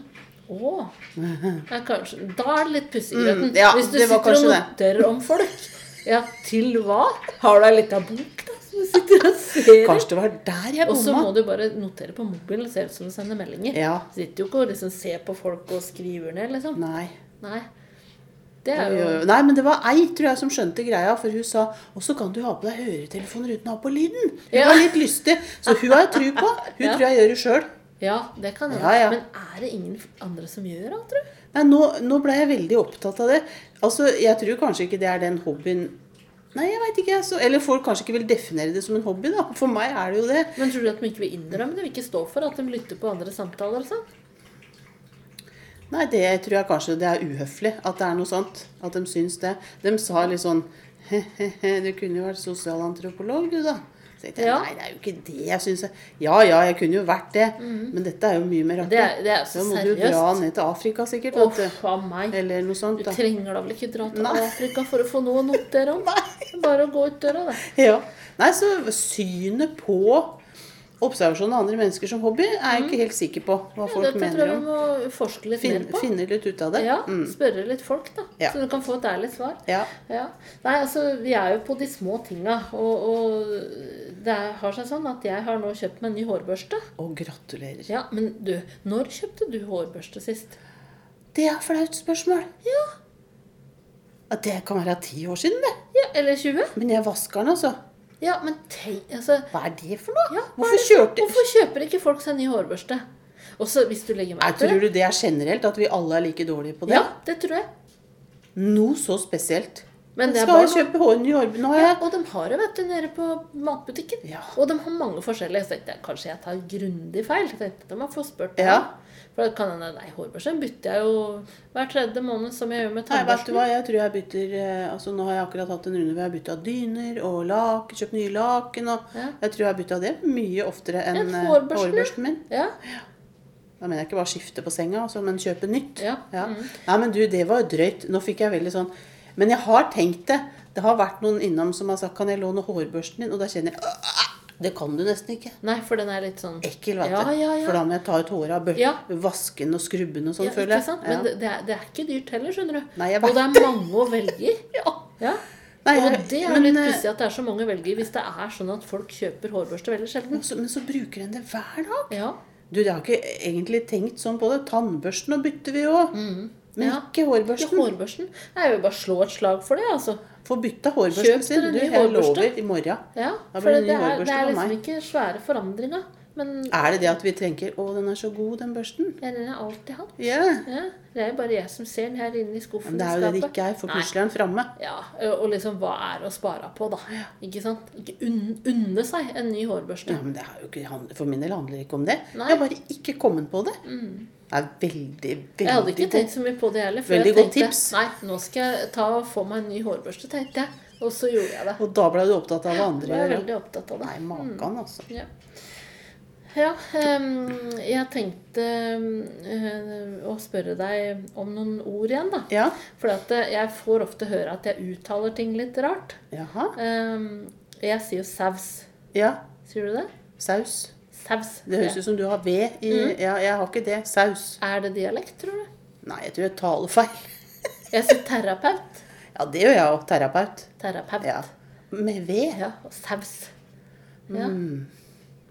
Å. Ja, kanskje. Da er det litt pussegrøten.
Mm, ja,
Hvis du
det
sitter
var
og
kanskje
noterer om folk, ja, til hva? Har du ei lita bok, da, som du sitter og ser i?
Kanskje det var der jeg
Og så må
bomma.
du bare notere på mobilen og se ut som du sender meldinger.
Ja.
Sitter jo ikke og liksom ser på folk og skriver ned, liksom.
Nei.
Nei. Det er jo
Nei, men det var ei, tror jeg, som skjønte greia, for hun sa Og så kan du ha på deg høretelefoner uten å ha på lyden. Hun
Ja.
var litt lystig. Så hun har jeg tru på. Hun
Ja.
tror jeg gjør det sjøl.
Ja, det kan hende.
Ja, ja.
Men er det ingen andre som gjør det, tror du?
Nei, nå, nå ble jeg veldig opptatt av det. Altså, jeg tror kanskje ikke det er den hobbyen Nei, jeg veit ikke. jeg, Så, eller folk kanskje ikke vil definere det som en hobby, da. For meg er det jo det.
Men tror du at de ikke vil innrømme det? Vil ikke stå for at de lytter på andre samtaler og sånn?
Nei, det tror jeg kanskje det er uhøflig at det er noe sånt. At de syns det. De sa litt sånn He-he-he, du kunne jo vært sosialantropolog, du, da. Så tenkte jeg,
Ja.
Nei, det er jo ikke det jeg syns. jeg- Ja ja, jeg kunne jo vært det. Men dette er jo mye mer
Mhm.
artig.
Det er- det er så
Da må du jo
seriøst.
dra ned til Afrika, sikkert.
Uff
Vet
a
du.
meg.
Eller noe sånt.
Du
da.
trenger da vel ikke dra til
Nei.
Afrika for å få noe å notere om? Bare å gå ut døra, det.
Ja. Nei, så synet på observasjon av andre mennesker som hobby er jeg ikke helt sikker på hva
Mhm. Ja,
folk
dette tror
mener
jeg vi
om.
må forske litt
Fin,
mer på.
finne litt ut av det.
Ja,
Mm.
Spørre litt folk, da.
Ja.
Så du kan få et ærlig svar.
ja.
Ja. Nei, altså, vi er jo på de små tinga. Og, og det er- har seg sånn at jeg har nå kjøpt meg en ny hårbørste.
Og gratulerer.
Ja, Men du, når kjøpte du hårbørste sist?
Det er flaut spørsmål. Ja. At det kan være ti år siden, det.
Ja, Eller 20?
Men jeg vasker den, altså.
Ja, men tenk altså,
Hva er det for noe?
ja, hva er
Hvorfor
det-
kjørte
Hvorfor kjøper ikke folk seg ny hårbørste? Og så, hvis du legger
jeg
merke til
Tror
det
du det er generelt at vi alle er like dårlige på det?
Ja, det tror jeg.
Noe så spesielt.
Men det er
Skal
bare
jeg kjøpe hår, ny hårbøy nå? har
Ja,
Jeg.
og de har det, vet du, nede på matbutikken.
Ja.
Og de har mange forskjellige. Så tenkte jeg kanskje jeg tar grundig feil. Jeg tenkte de har fått spurt meg.
Ja.
For det kan hende Nei, hårbørsten bytter jeg jo hver tredje måned, som jeg gjør med
Nei, vet du
tannbørsten.
hva, jeg tror jeg bytter eh, Altså Nå har jeg akkurat hatt en runde hvor jeg har bytta dyner og laken, kjøpt nye laken og
Ja.
Jeg tror jeg har bytta det mye oftere enn
Enn
eh,
hårbørsten, ja.
hårbørsten min.
Ja,
Da mener jeg ikke bare skifte på senga, altså, men kjøpe nytt.
Ja. Mm.
Nei, men du, det var jo drøyt. Nå fikk jeg veldig sånn Men jeg har tenkt det. Det har vært noen innom som har sagt 'Kan jeg låne hårbørsten din?' Og da kjenner jeg «Åh, ah, Det kan du nesten ikke.
Nei, for den er litt sånn
Ekkel, vet du.
Ja, ja, ja.
For da må jeg ta ut håret av børsten,
Ja.
vaske den og skrubbe den og sånn,
ja,
føler
ikke
jeg.
sant? Men det, det, er, det er ikke dyrt heller, skjønner du.
Nei, jeg
og det er mange å velge i. ja.
Nei,
Og
jeg-
det er
men,
litt
eh,
pussig at det er så mange å velge i, hvis det er sånn at folk kjøper hårbørste veldig sjelden.
men så- Men så bruker en det hver dag.
Ja.
Du, jeg har ikke egentlig tenkt sånn på det. Tannbørsten og bytter vi òg. Men
Mm. ja.
ikke
Ikke
hårbørsten.
hårbørsten. Jeg vil bare slå et slag for det, altså.
Få bytta
Kjøp
hårbørsten sin.
dere
Du,
ny
jeg
hårbørste.
lover i morgen.
Ja,
Da blir
for det,
det ny
det, er, det
hårbørste
er
på
liksom
meg.
ikke svære forandringer. Men
Er det det at vi tenker 'Å, den er så god, den børsten'?
den har jeg alltid hatt.
Ja.
Ja, det er jo bare jeg som ser den her inne i
Ja,
skuffen.
Men det
i
er jo det det
skapet.
ikke er, for
Nei.
plutselig er den framme.
Ja, og liksom hva er å spare på, da? Ikke sant? Ikke unne, unne seg en ny hårbørste.
Ja, men det er jo ikke, han- for min del handler det ikke om det.
Nei. Mm.
Jeg har bare ikke kommet på det. Det er veldig, veldig
Jeg hadde ikke
godt.
tenkt så mye på det heller. For
Veldig
jeg
godt
tenkte,
tips.
Nei, nå skal jeg ta og få meg en ny hårbørste, tenkte jeg. Og så gjorde jeg det.
Og da ble du opptatt av hva
Jeg
andre
var
gjør.
veldig Mm. opptatt av det.
Nei, makan, altså.
Ja. Ja, ehm, jeg tenkte ehm, å spørre deg om noen ord igjen, da.
Ja.
For at eh, jeg får ofte høre at jeg uttaler ting litt rart.
Jaha.
Ehm, jeg sier jo saus.
Ja.
Sier du det?
Saus.
Saus.
Det høres ut som du har ved i
Mm.
Ja, jeg har ikke det. Saus.
Er det dialekt, tror du?
Nei, jeg tror jeg taler feil.
Jeg sier terapeut.
Ja, det gjør jeg òg. Terapeut.
Terapeut.
Ja. Med ved.
Ja, og saus. Ja.
Mm.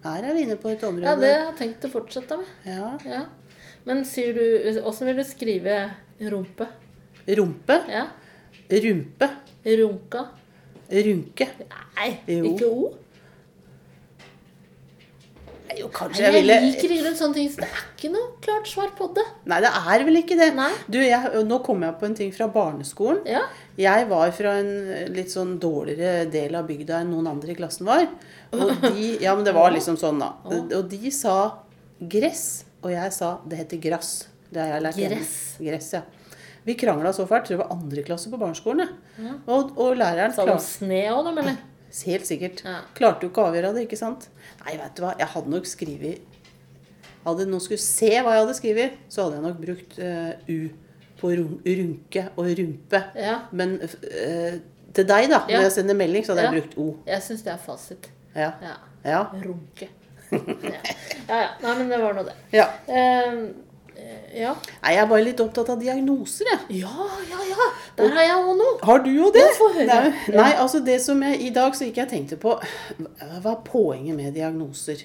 Her er vi inne på et område.
ja, det har jeg tenkt å fortsette med.
Ja.
Ja. Men sier du Åssen vil du skrive rumpe?
Rumpe.
Ja.
Rumpe.
Runka?
Runke.
Nei,
Jo.
ikke o.
Nei, jo,
Nei,
kanskje
Jeg,
jeg ville
liker i grunnen sånne ting, så det er ikke noe klart svar på det.
Nei, det er vel ikke det.
Nei.
Du, jeg, nå kom jeg på en ting fra barneskolen.
Ja.
Jeg var fra en litt sånn dårligere del av bygda enn noen andre i klassen var. Og de, ja, men det var liksom sånn, da. Og de sa gress, og jeg sa det heter grass. Det har jeg lært. hjemme.
Gress.
Gress, ja. Vi krangla så fælt. så Det var andre klasse på barneskolen. jeg. Og, og læreren
Sa de
klarte
sne òg, da, eller?
Helt sikkert.
Ja.
Klarte jo ikke å avgjøre det, ikke sant? Nei, vet du hva, jeg hadde nok skrevet Hadde noen skulle se hva jeg hadde skrevet, så hadde jeg nok brukt eh, U på run runke og rumpe.
Ja.
Men eh, til deg, da,
Ja.
når jeg sender melding, så hadde jeg
Ja.
brukt O.
Jeg syns det er fasit.
Ja.
Ja.
Ja.
Runke. Ja. ja ja. Nei, men det var nå det.
ja.
Ehm, eh, ja.
Nei, jeg er bare litt opptatt av diagnoser, jeg.
Ja, ja, ja! Der har jeg òg noe!
Har du jo det?
Ja, få høre.
Nei, nei, altså det som jeg i dag så ikke jeg tenkte på Hva er poenget med diagnoser?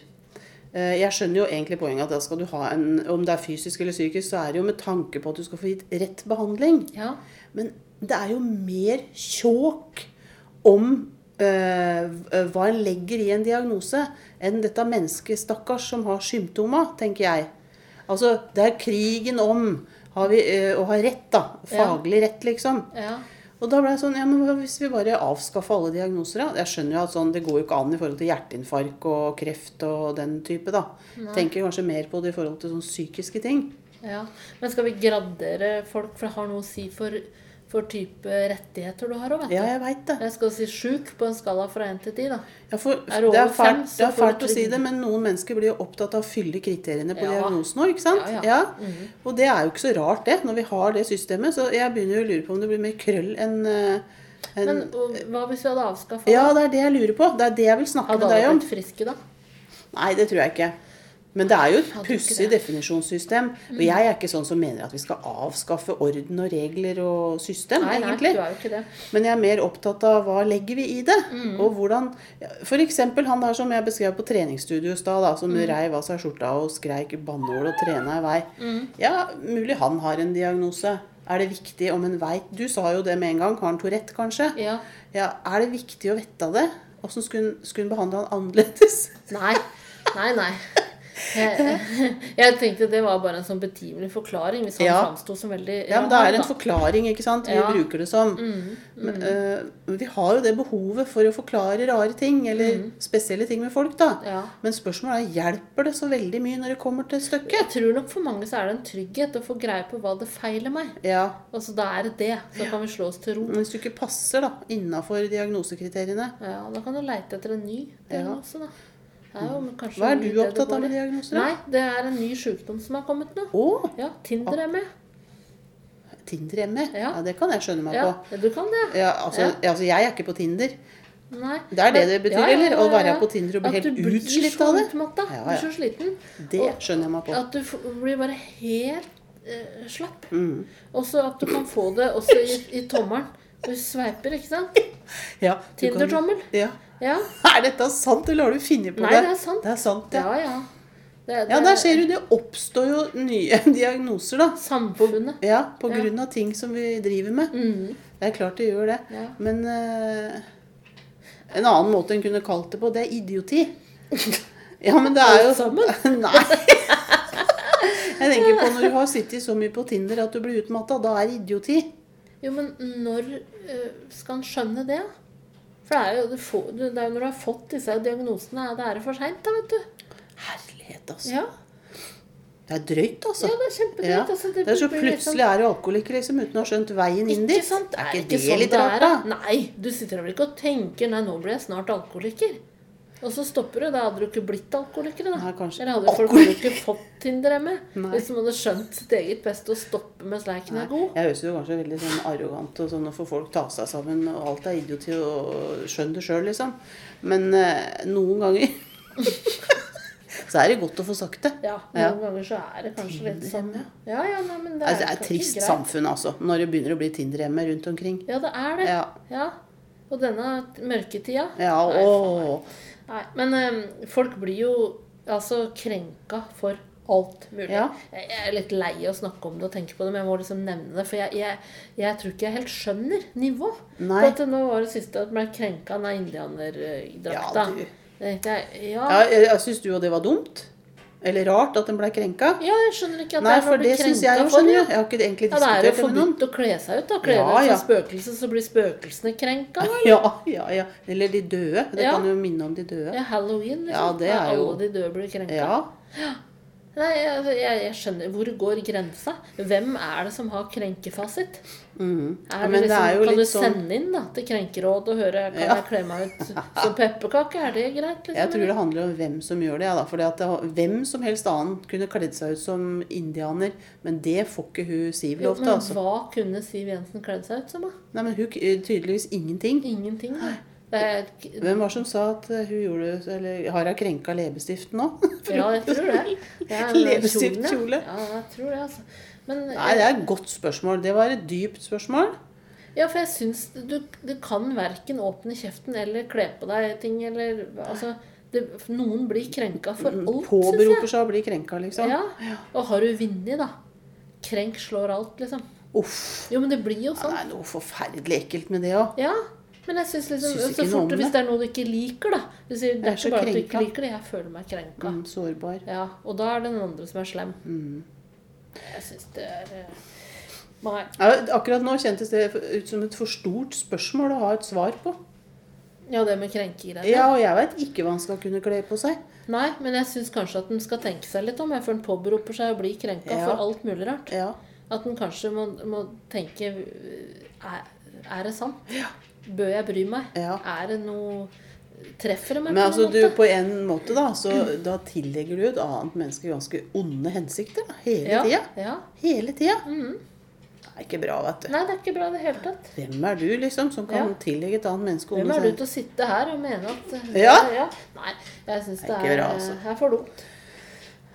Eh, Jeg skjønner jo egentlig poenget at da skal du ha en Om det er fysisk eller psykisk, så er det jo med tanke på at du skal få gitt rett behandling.
Ja.
Men det er jo mer tjåk om eh, hva en legger i en diagnose, enn dette mennesket, stakkars, som har symptoma, tenker jeg. Altså, det er krigen om har vi, eh, å ha rett, da.
Ja.
Faglig rett, liksom.
ja.
Og da ble jeg sånn, ja, men hva hvis vi bare avskaffer alle diagnoser, da? Jeg skjønner jo at sånn, det går jo ikke an i forhold til hjerteinfarkt og kreft og den type, da. Tenker kanskje mer på det i forhold til sånne psykiske ting.
Ja, Men skal vi gradere folk, for det har noe å si for, for type rettigheter du har òg, vet du.
Ja, jeg veit det.
Jeg skal si sjuk på en skala fra én til ti, da.
Jeg får,
Er det
det er
over fem,
fælt,
så
det er
får du
fælt å si
trygd.
det, men noen mennesker blir jo opptatt av å fylle kriteriene på
Ja.
diagnosen òg, ikke sant?
Ja, Mhm. ja.
Og det er jo ikke så rart, det, når vi har det systemet. Så jeg begynner jo å lure på om det blir mer krøll enn eh, enn-
Men og, hva hvis vi hadde avskaffa
Ja, det er det jeg lurer på. Det er det jeg vil snakke
Hadde
med deg
alle
om.
blitt friske da?
Nei, det tror jeg ikke. Men det er jo et
tror ikke
pussig
det. Mm.
definisjonssystem. Og jeg er ikke sånn som mener at vi skal avskaffe orden og regler og system,
Nei, nei, du
egentlig.
er jo ikke det.
Men jeg er mer opptatt av hva legger vi i det.
Mm.
Og hvordan F.eks. han der som jeg beskrev på treningsstudio i stad, da, som
Mm.
reiv av seg skjorta og skreik banneord og trena i vei.
Mm.
Ja, mulig han har en diagnose. Er det viktig om en veit Du sa jo det med en gang. Har han Tourette, kanskje?
Ja.
Ja, er det viktig å vite av det? Åssen skulle hun- skulle hun behandle han annerledes?
Nei. Nei, nei. Jeg, jeg tenkte det var bare en sånn betimelig forklaring, hvis han
Ja.
framsto som veldig
Ja, men det er
rar, da.
en forklaring, ikke sant? Vi
Ja. Mm,
bruker det som. Men, eh, vi har jo det behovet for å forklare rare ting, eller spesielle ting med folk, da.
Mm. Ja.
Men spørsmålet er, hjelper det så veldig mye når det kommer til stykket?
Jeg tror nok for mange så er det en trygghet å få greie på hva det feiler meg.
Ja,
Og så da er det det. Så kan vi slå oss til ro.
men hvis du ikke passer da, innenfor diagnosekriteriene.
Ja, da kan du leite etter en ny diagnose, da. Det er jo kanskje
Hva er
mye
du
det det
opptatt
går
av med
i.
diagnoser?
Nei, det er en ny sjukdom som har kommet nå.
Å,
Ja, Tinder er med.
Tinder-ME. Ja.
Ja.
det kan jeg skjønne meg
Ja,
på.
du kan det.
Ja, altså, altså, jeg er ikke på Tinder.
Nei.
Det er det
Men-
det betyr,
Ja, ja,
eller? Å
ja,
være
ja.
på Tinder og bli
At du
helt
blir
utslitt
så
av det.
Utmatta.
Ja,
Du
ja.
blir så sliten.
Det
Og
skjønner jeg meg på.
At du f- blir bare helt eh, slapp.
Mm.
Og så at du kan få det også i, i tommelen. Du sveiper, ikke sant?
Ja, du kan-
Tinder-tommel.
Ja.
Ja.
Er dette sant, eller har du funnet på
Nei,
det?
det er sant.
Det er sant, ja.
Ja, ja. Det, det
Ja, der ser du, det oppstår jo nye diagnoser, da.
Samfunnet.
Ja, på grunn av ting som vi driver med. Det er klart det gjør det.
Mm. Ja.
Men eh, en annen måte en kunne kalt det på, det er idioti. Ja, men det er jo
Alt sammen?
Nei. Jeg tenker på når du har sittet så mye på Tinder at du blir utmatta. Da er det idioti.
Jo, men når eh, skal han skjønne det? For det er jo, du får, du, det er jo når du har fått disse diagnosene, det er det for seint, da, vet du.
Herlighet, altså.
Ja,
Det er drøyt, altså.
ja det er kjempedritt.
Ja.
Altså,
Det er så
blir litt sånn-
plutselig er du alkoholiker liksom, uten å ha skjønt veien inn dit.
Ikke sant?
Er
Er
ikke
ikke
det
sånn
litt
det
rart,
er,
da?
Nei, du sitter vel ikke og tenker 'nei, nå blir jeg snart alkoholiker'. Og så stopper du. Da hadde du ikke blitt alkoholiker. da.
Nei, kanskje.
Eller hadde folk jo ikke fått Tinder med.
Nei.
Hvis man hadde skjønt sitt eget beste og stoppe mens leken er god.
Jeg høres jo kanskje veldig sånn arrogant og sånn, og får folk ta seg sammen, og alt er idioti, og skjønn det sjøl, liksom. Men eh, noen ganger så er det godt å få sagt det.
Ja, Noen
Ja.
ganger så er det kanskje litt sånn
Tinder-hjemme,
Ja, ja, nei, men det er,
Altså, det er et
kanskje
trist
greit.
samfunn, altså, når det begynner å bli Tinder-hjemme rundt omkring.
Ja, det er det.
Ja.
Ja. Og denne mørketida.
Ja,
Nei, faen,
og
Nei, men eh, folk blir jo altså krenka for alt mulig.
Ja.
Jeg, jeg er litt lei av å snakke om det og tenke på det, men jeg må liksom nevne det. For jeg, jeg, jeg tror ikke jeg helt skjønner nivå.
Nei.
For at nå var det siste at man krenka den indianerdrakta.
Ja, du.
Ja, ja.
Ja, jeg, jeg syns du og det var dumt? Eller rart at den blei krenka?
ja, jeg skjønner ikke at
Nei,
det er noe å
for
bli
det syns jeg
krenka
jo,
for.
skjønner du.
Ja.
Jeg har ikke egentlig
Ja, det er jo
diskutert det med noen.
forbudt å kle seg ut. da. Kle
Ja,
deg ut
ja.
som spøkelse, så blir spøkelsene krenka. da.
Ja, ja, ja. Eller de døde. Det
Ja.
kan jo minne om de døde.
Ja, halloween, liksom.
Ja, det
Da
er jo-
Alle de døde blir krenka.
Ja.
Nei, jeg, jeg, jeg skjønner. Hvor går grensa? Hvem er det som har krenkefasit?
mhm.
Er
Ja,
det
men det
liksom,
er jo
kan du
litt sånn
sende inn da, til Krenkeråd og høre Kan
Ja.
jeg kle meg ut som pepperkake? Er det greit? Liksom?
Jeg tror det handler om hvem som gjør det. Ja, da. Fordi at det, hvem som helst annen kunne kledd seg ut som indianer, men det får ikke hun Siv
Jo,
lov til.
men
Altså.
hva kunne Siv Jensen kledd seg ut som? da?
Nei, men hun k- tydeligvis ingenting.
Ingenting. Da. Det er,
Hvem var det som sa at hun gjorde Eller har hun krenka leppestiften nå?
ja, jeg tror det. det er
Leppestift
kjolen, ja.
kjole.
Ja, jeg tror det, altså. Men,
Nei, det er et godt spørsmål. Det var et dypt spørsmål.
Ja, for jeg syns du, du kan verken åpne kjeften eller kle på deg ting eller Altså, det, noen blir krenka for
Mm,
alt, syns jeg.
Påberoper seg å bli krenka, liksom.
Ja. Og har du vunnet, da? Krenk slår alt, liksom.
Uff.
Jo, men det blir jo
Ja,
sånn.
det er noe forferdelig ekkelt med det òg.
Ja, men jeg syns liksom
Syns
så
ikke noe om
fort, Hvis
det.
det er noe du ikke liker, da du sier, Det
Jeg er
er ikke
så
bare at du ikke
krenka.
liker det, jeg føler meg krenka.
Mm, sårbar.
Ja, Og da er det den andre som er slem.
Mm.
Jeg syns det er eh, Nei.
Ja, akkurat nå kjentes det ut som et for stort spørsmål å ha et svar på.
Ja, det med krenkegreiene.
Ja, og jeg veit ikke hva han skal kunne kle på seg.
Nei, men jeg syns kanskje at den skal tenke seg litt om, jeg, for den påberoper seg å bli krenka
Ja.
for alt mulig rart.
Ja.
At den kanskje må, må tenke er, er det sant? Bør jeg bry meg?
Ja.
Er det noe Treffer det meg
Men
på
altså,
noen
du,
måte?
på en måte, da, så da tillegger du et annet menneske ganske onde hensikter. Da. Hele
ja, Mhm.
tida.
ja.
Hele tida. Det er ikke bra, vet du.
Nei, det er ikke bra i det hele tatt.
Hvem er du, liksom, som kan
Ja.
tillegge et annet menneske
Hvem
onde
er du
seg?
til å sitte her og mene at eh,
Ja.
Nei, jeg syns det
Det er
er, eh,
ikke bra, altså.
er for dumt.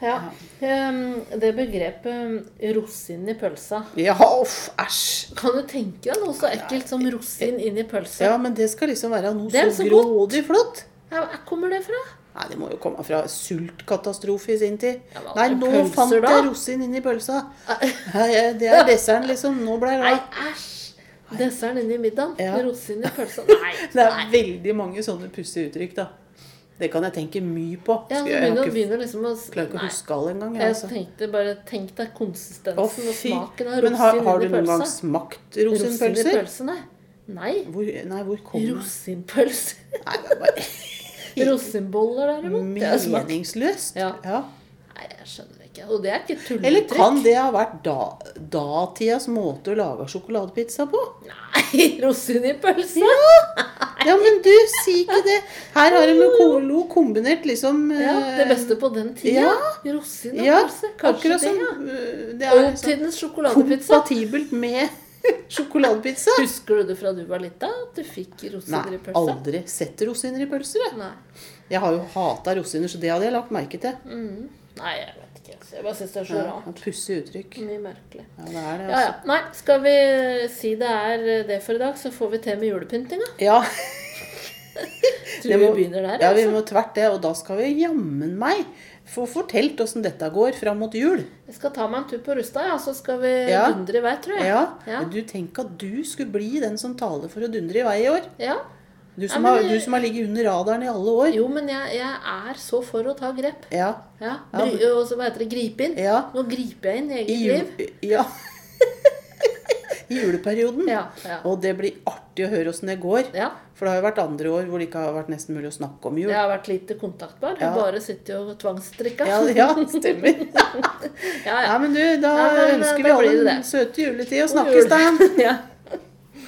Ja. Ehm, Det begrepet eh, 'rosin i pølsa'
Ja, uff, æsj.
Kan du tenke deg noe så ekkelt som rosin inn i pølsa?
Ja, men det skal liksom være noe
Det er
så
så
grådig flott.
Ja. Hvor kommer det fra?
Nei, det må jo komme fra sultkatastrofe i sin tid.
Ja, men
Nei,
alle
nå
pølser
fant
da?
jeg rosin inni pølsa. Nei, Det er desserten, liksom. Nå ble jeg
Nei,
glad.
æsj! Desserten inn i middagen.
Ja.
Rosin i pølsa. Nei.
Det er veldig mange sånne pussige uttrykk, da. Det kan jeg tenke mye på.
Ja, så
Skulle jeg- jeg har
begynner,
ikke-
begynner liksom å
klarer ikke å
Nei.
huske alle engang. jeg,
Jeg
Altså.
tenkte bare Tenk deg konsistensen
Å,
og
fy.
smaken av
Men har,
rosin
har
inn
du
i
noen gang
pølsa.
smakt
Rosin i
rosinpølser?
pølsa, nei. Nei.
Hvor, nei, hvor kom den?
Rosinpølse.
Nei, det er bare
Rosinboller, derimot. Det er smak.
meningsløst.
Ja.
Ja.
Nei, jeg skjønner ikke. Og det er ikke
Eller
tulletrykk.
kan det ha vært da, datidas måte å lage sjokoladepizza på?
Nei, rosin i pølse!
Ja, men du, si ikke det! Her har de med Colo kombinert liksom
Ja, det beste på den tida.
Ja.
Rosin
eh,
og
ja,
pølse. Kanskje
akkurat
det,
som
ja.
eh, Det er liksom
Oldtidens sjokoladepizza.
kompatibelt med sjokoladepizza.
Husker du det fra du var lita, at du fikk rosiner
Nei,
i pølsa?
aldri sett rosiner i pølser. jeg.
Nei.
Jeg har jo hata rosiner, så det hadde jeg lagt merke til.
Nei, jeg vet ikke. Jeg bare syns det er Mm. så
Ja,
rart.
et Pussig uttrykk.
Mye merkelig.
Ja, det er det,
Ja, ja.
altså.
Nei, skal vi eh, si det er det for i dag, så får vi til med julepyntinga.
Ja.
Tror vi begynner der,
Ja, vi
altså.
må tvert det. Og da skal vi jammen meg få fortalt åssen dette går fram mot jul.
Jeg skal ta meg en tur på Rustad, ja, så skal vi
Ja.
dundre i vei, tror jeg.
Ja.
Ja.
Du tenk at du skulle bli den som taler for å dundre i vei i år.
Ja.
Du som,
Ja, men-
har, du som har ligget under radaren i alle år.
Jo, men jeg, jeg er så for å ta grep.
Ja.
Ja.
Ja,
Bry, og så hva heter det? Gripe inn.
Ja.
Nå griper jeg inn i
I,
eget liv.
jul, ja. I juleperioden.
Ja, ja.
Og det blir artig å høre åssen det går.
Ja.
For det har jo vært andre år hvor det ikke har vært nesten mulig å snakke om jul.
Jeg har vært lite kontaktbar.
Ja.
Jeg bare sitter og tvangstrikka.
Ja, ja stemmer.
ja, ja.
Ja, men du, da
Ja, men, eh, da
ønsker vi
blir
alle
det det.
en søte juletid og
God jul.
snakkes, da.
ja.